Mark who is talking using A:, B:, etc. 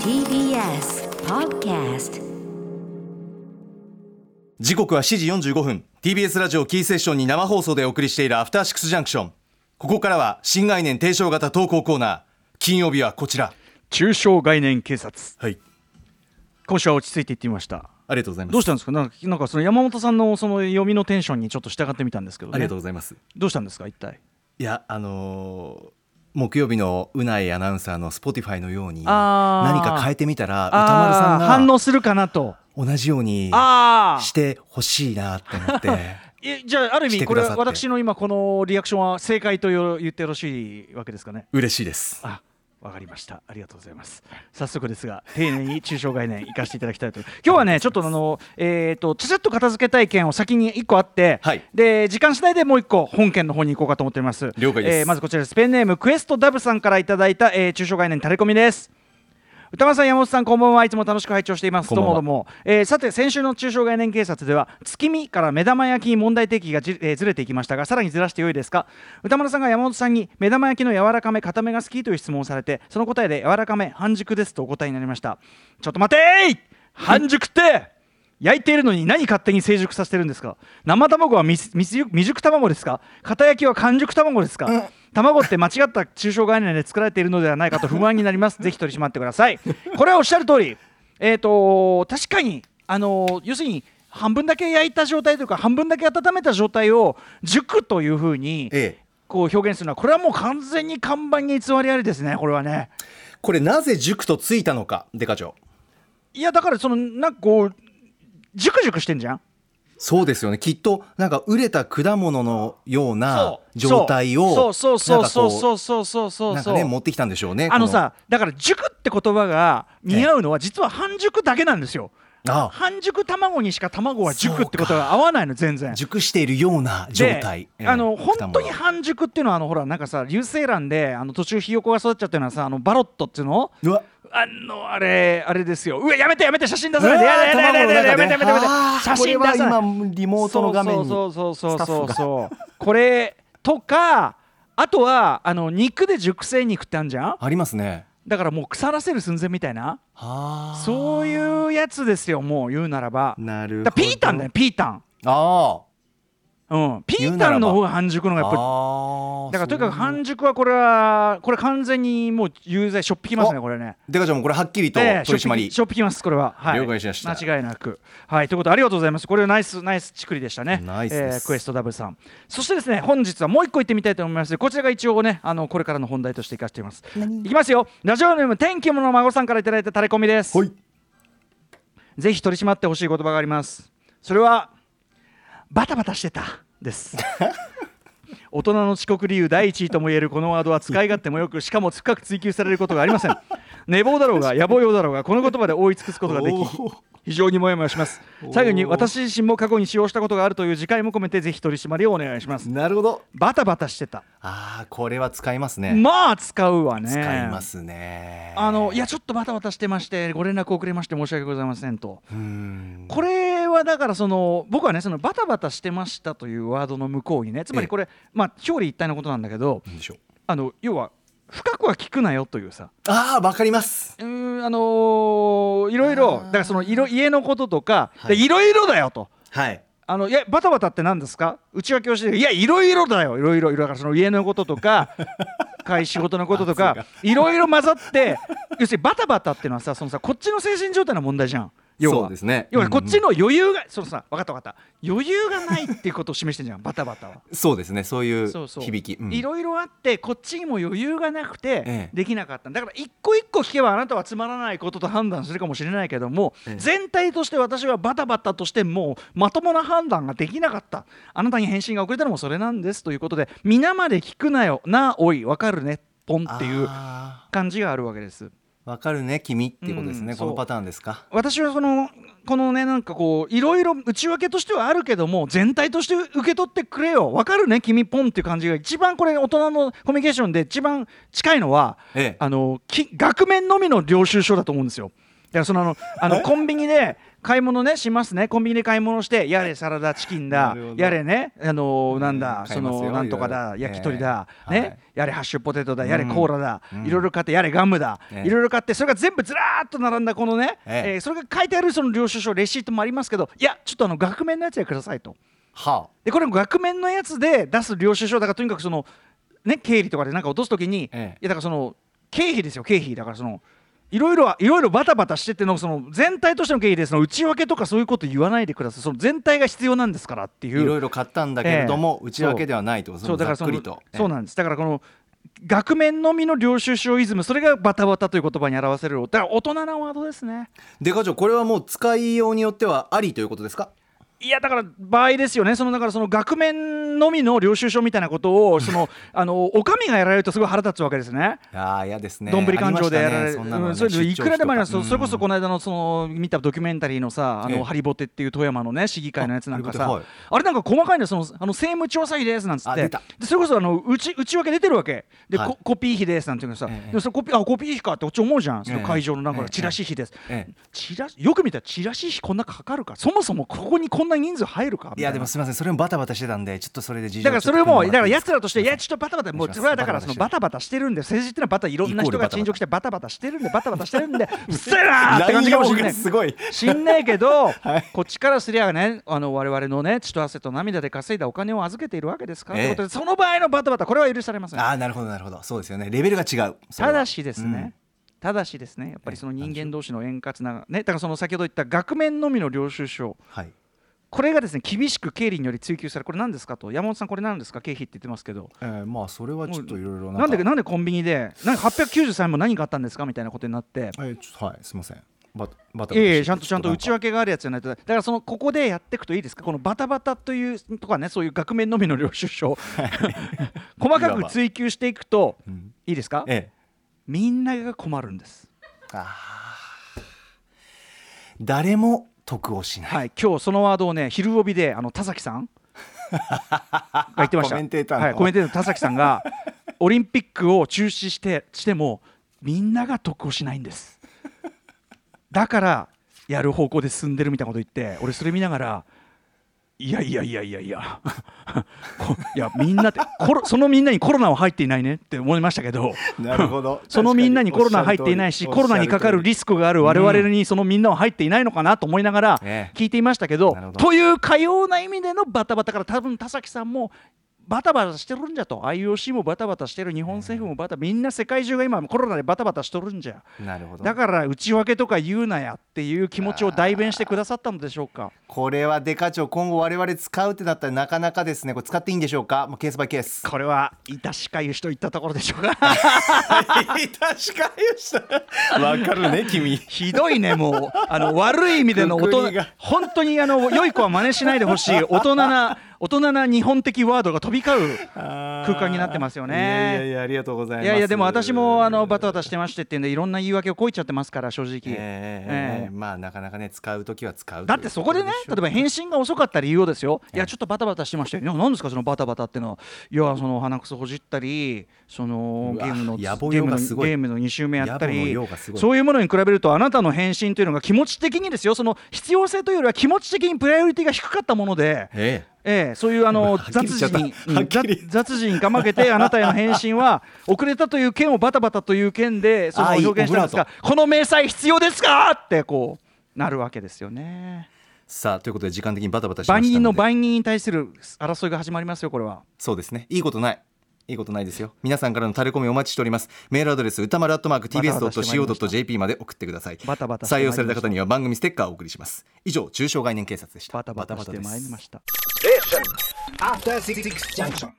A: TBS Podcast
B: 時刻は7時45分 TBS ラジオキーセッションに生放送でお送りしているアフターシックスジャンクションここからは新概念提唱型投稿コーナー金曜日はこちら
C: 中小概念警察
B: はい
C: 今週は落ち着いていってみました
B: ありがとうございます
C: どうしたんですかなんかなんかその山本さんのその読みのテンションにちょっと従ってみたんですけど、ね、
B: ありがとうございます
C: どうしたんですか一体
B: いやあのー木曜日のうないアナウンサーの Spotify のように
C: あー
B: 何か変えてみたら歌丸さん
C: あー反
B: が
C: 応するかなと
B: 同じように
C: あ
B: し
C: あ
B: てほしいなって思って
C: じゃあある意
B: して
C: 味
B: く
C: こ
B: だ
C: れ
B: さって
C: は私の今このリアクションは正解とよ言ってよろしいわけですかね
B: 嬉しいです
C: あわかりましたありがとうございます早速ですが丁寧に抽象概念生かしていただきたいと今日はねちょっとあのえっ、とちゃちゃっと片付けたい件を先に一個あって、
B: はい
C: で時間次第でもう一個本件の方に行こうかと思っております
B: 了解です
C: えーまずこちらですペンネームクエストダブさんからいただいた、えー、抽象概念タレコミです歌丸さん山本さんこんばんはいつも楽しく拝聴しています
B: こんばんは
C: どうもどうも、えーさて先週の中小概念警察では月見から目玉焼きに問題提起がじ、えーずれていきましたがさらにずらしてよいですか歌丸さんが山本さんに目玉焼きの柔らかめ固めが好きという質問をされてその答えで柔らかめ半熟ですとお答えになりましたちょっと待てー半熟って焼いているのに何勝手に成熟させてるんですか生卵は未未未熟卵ですか片焼きは完熟卵ですか、卵って間違った抽象概念で作られているのではないかと不安になります ぜひ取り締まってくださいこれはおっしゃる通りえっ、と確かにあのー要するに半分だけ焼いた状態というか半分だけ温めた状態を熟というふうに
B: ええ
C: こう表現するのはこれはもう完全に看板に偽りありですねこれはね
B: これなぜ塾とついたのかデカ長
C: いやだからそのなんかこう熟熟してんじゃん
B: そうですよねきっとなんか熟れた果物のような
C: そう
B: 状態を
C: そうそう
B: な
C: そ
B: ん
C: う
B: かこ
C: そうそうそうそうそう
B: なんかね持ってきたんでしょうね
C: あの
B: こ
C: さだから熟って言葉が似合うのは実は半熟だけなんですよ
B: あ
C: 半熟卵にしか卵は熟ってこと
B: そう
C: が合わないの全然
B: 熟しているような状
C: で
B: 態、ええ
C: あの本当に
B: 果
C: 半熟っていうのはあのほらなんかさ流星卵であの途中ひよこが育っちゃってるのはさあのバロットっていうの
B: 物はうわ
C: あのあれあれですようわやめてやめて写真出さないでやだやだやだやだやめてやめてやめて
B: あー
C: 写真出
B: これ
C: さない
B: は今リモートの画面に
C: そうそうそうそ
B: ス
C: う
B: タッ
C: そ
B: フ
C: う
B: が
C: そうこれとかあとはあの肉で熟成肉ってあるじゃん
B: ありますね
C: だからもう腐らせる寸前みたいな
B: あー
C: そういうやつですよもう言うならば
B: なるほど
C: だからピータンだよピータン、
B: あ
C: うん、ピ
B: 言う
C: ー
B: な
C: タ
B: らば
C: ンの方が半熟の
B: あ
C: 方がやっぱ
B: あ
C: りだからとにか
B: 熟
C: く半熟はこれはこれ完全にもう有罪しょっぴきますね
B: お
C: これね
B: デカちゃんもこれはっきりと取
C: え
B: り
C: えしょっ
B: 締ま
C: ぴ
B: り
C: きしょっぴきますこれは、はい、
B: 了解しました
C: 間違いなくはいということでありがとうございますこれはナイスナイスチクリでしたね
B: ナイスです
C: えークエストダブルさんそしてですね本日はもう一個行ってみたいと思いますこちらが一応ねあのこれからの本題として生かしていますいきますよラジオネーム天気もの孫さんからいただいたタレコミです
B: はい
C: ぜひ取り締まってほしい言葉があります。それはバタバタしてた です。大人の遅刻理由第一位とも言えるこのワードは使い勝手もよくしかも深く追求されることがありません寝坊だろうが野暮用だろうがこの言葉で覆い尽くすことができ
B: おー
C: 非常にモヤモヤします最後に私自身も過去に使用したことがあるという自戒も込めてぜひ取り締まりをお願いします
B: なるほど
C: バタバタしてた
B: ああこれは使いますね
C: まあ使うわね
B: 使いますね
C: あのいやちょっとバタバタしてましてご連絡遅れまして申し訳ございませんと
B: うーん
C: これはだからその僕はねそのバタバタしてましたというワードの向こうにねつま
B: ええ
C: りこれ、まあ表裏一体のことなんだけど
B: なんでしょう
C: あの要は深くは聞くなよというさ
B: ああわかります
C: うーんあのーいろいろ
B: あー
C: だからそのいろ家のこととか、
B: はい
C: でいろいろだよと。
B: はい
C: あのいやバタバタって何ですか内訳をしていやいろいろだよいろいろだからその家のことと か会仕事のことと
B: あそう
C: か
B: か
C: いろいろ混ざって要するにバタバタっていうのはさそのさこっちの精神状態の問題じゃん要は
B: そうですね
C: 要はこっちの余裕が、そのさ分かった分かった余裕がないっていうことを示してんじゃんバタバタは。
B: そうですねそういう
C: そうそう
B: 響きうん
C: いろいろあってこっちにも余裕がなく
B: ええ
C: てできなかった、だから一個一個聞けばあなたはつまらないことと判断するかもしれないけども、
B: ええ
C: 全体として私はバタバタとしてもうまともな判断ができなかったあなたに返信が遅れたのもそれなんですということで皆まで聞くなよなあおい分かるねポンっていう
B: あー
C: 感じがあるわけです。
B: わかるね君っていうことですね、
C: うん
B: この
C: そう
B: パターンですか
C: 私はそのこのねなんかこういろいろ内訳としてはあるけども全体として受け取ってくれよわかるね君ポンっていう感じが一番これ大人のコミュニケーションで一番近いのは
B: ええ
C: あのき額面のみの領収書だと思うんですよ。からそのあ のあのコンビニで買い物ねしますねコンビニで買い物してやれサラダチキン
B: な
C: だ
B: るほど
C: やれねあのーなん
B: う
C: だ、
B: ん買い
C: そ
B: ますよ
C: のなんとか
B: いろ
C: だ
B: いろ
C: 焼き鳥だ、
B: ええ
C: ね、
B: はい
C: やれハッシュポテトだやれ
B: うん
C: コーラだ、
B: うん
C: いろいろ買ってやれガムだ、
B: ええ
C: いろいろ買ってそれが全部ずらーっと並んだこのね、
B: ええ
C: えーそれが書いてあるその領収書レシートもありますけどいやちょっとあの額面のやつでくださいと。
B: は
C: でこれ額面のやつで出す領収書だからとにかくその、ね、経理とかでなんか落とすときに、
B: ええ
C: いやだからその経費ですよ経費だからそのいろいろはいろいろバタバタしてってのその全体としての経費でその内訳とかそういうこと言わないでくださいその全体が必要なんですからってい
B: あ
C: う
B: いろいろ買ったんだけれども、
C: ええ
B: 内訳ではないってこと
C: そうだ
B: ざ
C: か
B: っ
C: らそ
B: く
C: の
B: りと
C: そうなんですだからこの額面のみの領収書イズムそれがバタバタという言葉に表せるだから大人なワードですね
B: で課長これはもう使いようによってはありということですか
C: いやだから場合ですよね、そのだからその額面のみの領収書みたいなことをそのあのお上がやられるとすごい腹立つわけですね。
B: ああ嫌ですね
C: どんぶり勘定でやられ
B: ありましたね
C: る、
B: そんなのはね
C: うんそれでいくらでもあります、
B: 出張費とか
C: それこそこの間のその見たドキュメンタリーのさ、あ
B: ええ
C: のハリボテっていう富山のね市議会のやつなんか
B: あ
C: さ、
B: ハ
C: あ,、
B: リボテ
C: れなんか細かいのそのあの政務調査費ですなんつっ
B: あ
C: て、
B: 出
C: で
B: た
C: それこそあの内内訳出てるわけ、で、
B: はい
C: ココピー費ですなんていうのさ、
B: ええ
C: でもそれコピーあコピー費かってこっち思うじゃん、その会場のなん
B: え
C: か
B: え
C: チラシ費です、
B: ええ
C: チラシよく見たらチラシ費こんなかかるか、そもそもここにこんな人数入るかみた
B: い
C: いな
B: やでもすみませんそれもバタバタしてたんでちょっとそれで事情
C: だからそれ
B: ちょっと
C: も
B: 考え
C: だ
B: て
C: から
B: いいで
C: や
B: す
C: つらとしていやちょっとバタバタもう
B: お願いします
C: それはだからそのバタバタしてるんで政治ってのはバタいろんな人が陳情来てバタバタしてるんでバタバタしてるんで うっせえなーって感じかもしんな
B: 乱用が
C: い
B: すごい
C: しんねえけど、
B: はい
C: こっちからすりゃねあの我々のね血と汗と涙で稼いだお金を預けているわけですから、
B: ええ
C: ということでその場合のバタバタこれは許されません
B: ああなるほどなるほどそうですよねレベルが違うそれ
C: た
B: は
C: だしですね、ただしですねやっぱりその人間同士の円滑なねだからその先ほど言った額面のみの領収書
B: はい
C: これがですね厳しく経理により追及されこれ何ですかと山本さんこれ何ですか経費って言ってますけど
B: えーまあそれはちょっといろいろ
C: なんで
B: か
C: なんでコンビニでなんか893も何があったんですかみたいなことになって。
B: えーちょっとはいすみませんバタバタバタ
C: いやい
B: して
C: やちゃんとちゃんと内
B: ょっ
C: 訳があるやつじゃないとだからそのここでやっていくといいですかこのバタバタというとかねそういう額面のみの領収書を 細かく追求していくと
B: ん
C: いいですか
B: なんかえ
C: みんなが困るんです
B: えあー誰も得をしない
C: はい今日そのワードをね昼帯であの田崎さん が言ってました
B: コメンテーターの
C: はい、コメンテーターの田崎さんがオリンピックを中止してしてもみんなが得をしないんですだからやる方向で進んでるみたいなこと言って俺それ見ながらいやいやいやいやいや こいやみんなってコロそのみんなにコロナは入っていないねって思いましたけど
B: なるほど
C: そのみんなにコロナ入っていないしコロナにかかるリ
B: ス
C: スクがある我々にそのみんなは入っていないのかなと思いながら
B: ええ
C: 聞いていましたけど,、
B: なるほど
C: というかような意味でのバタバタから多分田崎さんもバタバタしてるんじゃと IOC もバタバタしてる日本政府もバタみんな世界中が今コロナでバタバタしとるんじゃ
B: なるほど
C: だから内訳とか言うなやっていう気持ちを代弁してくださったのでしょうか
B: これはデカ長今後我々使うってなったらなかなかですねこれ使っていいんでしょうかもうケースバイケー ス
C: これはいたしかゆしといったところでしょうか
B: いたしかゆしたわかるね君
C: ひどいねもう あの悪い意味での大
B: くく
C: 人
B: りが
C: 本当にあの良い子は真似しないでほし い大人な大人な日本的ワードが飛び交う空間になってますよね
B: いやいやいやありがとうございます
C: いやいやでも私もあのバタバタしてましてっていうんでいろんな言い訳をこいちゃってますから正直、
B: ええええええ
C: ええ
B: まあなかなかね使うときは使う
C: だってそこでね例えば返信が遅かった理由をですよいやちょっとバタバタしてましたよいや何ですかそのバタバタってのはいやその鼻くそほじったりその
B: う
C: ゲ
B: わ
C: ームのゲ
B: 野暮用
C: ームの
B: がすごい
C: ゲームの2周目やった
B: 野暮の
C: り
B: 用がすごい
C: そういうものに比べるとあなたの返信というのが気持ち的にですよその必要性というよりは気持ち的にプライオリティが低かったもので
B: ええ
C: ええ、そういうあの
B: はっき
C: 雑
B: り言っちゃ
C: 事
B: った
C: に
B: はっきり
C: うん雑雑事にかまけてあなたへの返信は遅れたという件をバタバタという件でその
B: ああいい
C: 表現したんです
B: オ
C: が
B: ブ
C: この明細必要ですかってこうなるわけですよね。
B: さあということで時間的にバタバタしま
C: 万
B: した
C: 人の
B: ので
C: 万人に対する争いが始まりますよこれは。
B: そうですねいいことないいいことないですよ皆さんからのタレコミお待ちしておりますメールアドレス歌丸アットマーク TBS.CO.JP まで送ってください
C: バタバタしてま
B: 採
C: いり
B: 用
C: ました
B: された方には番組ステッカーをお送りします以上中小概念警察でした
C: バタバタしてまいりました。
D: After Six Junction.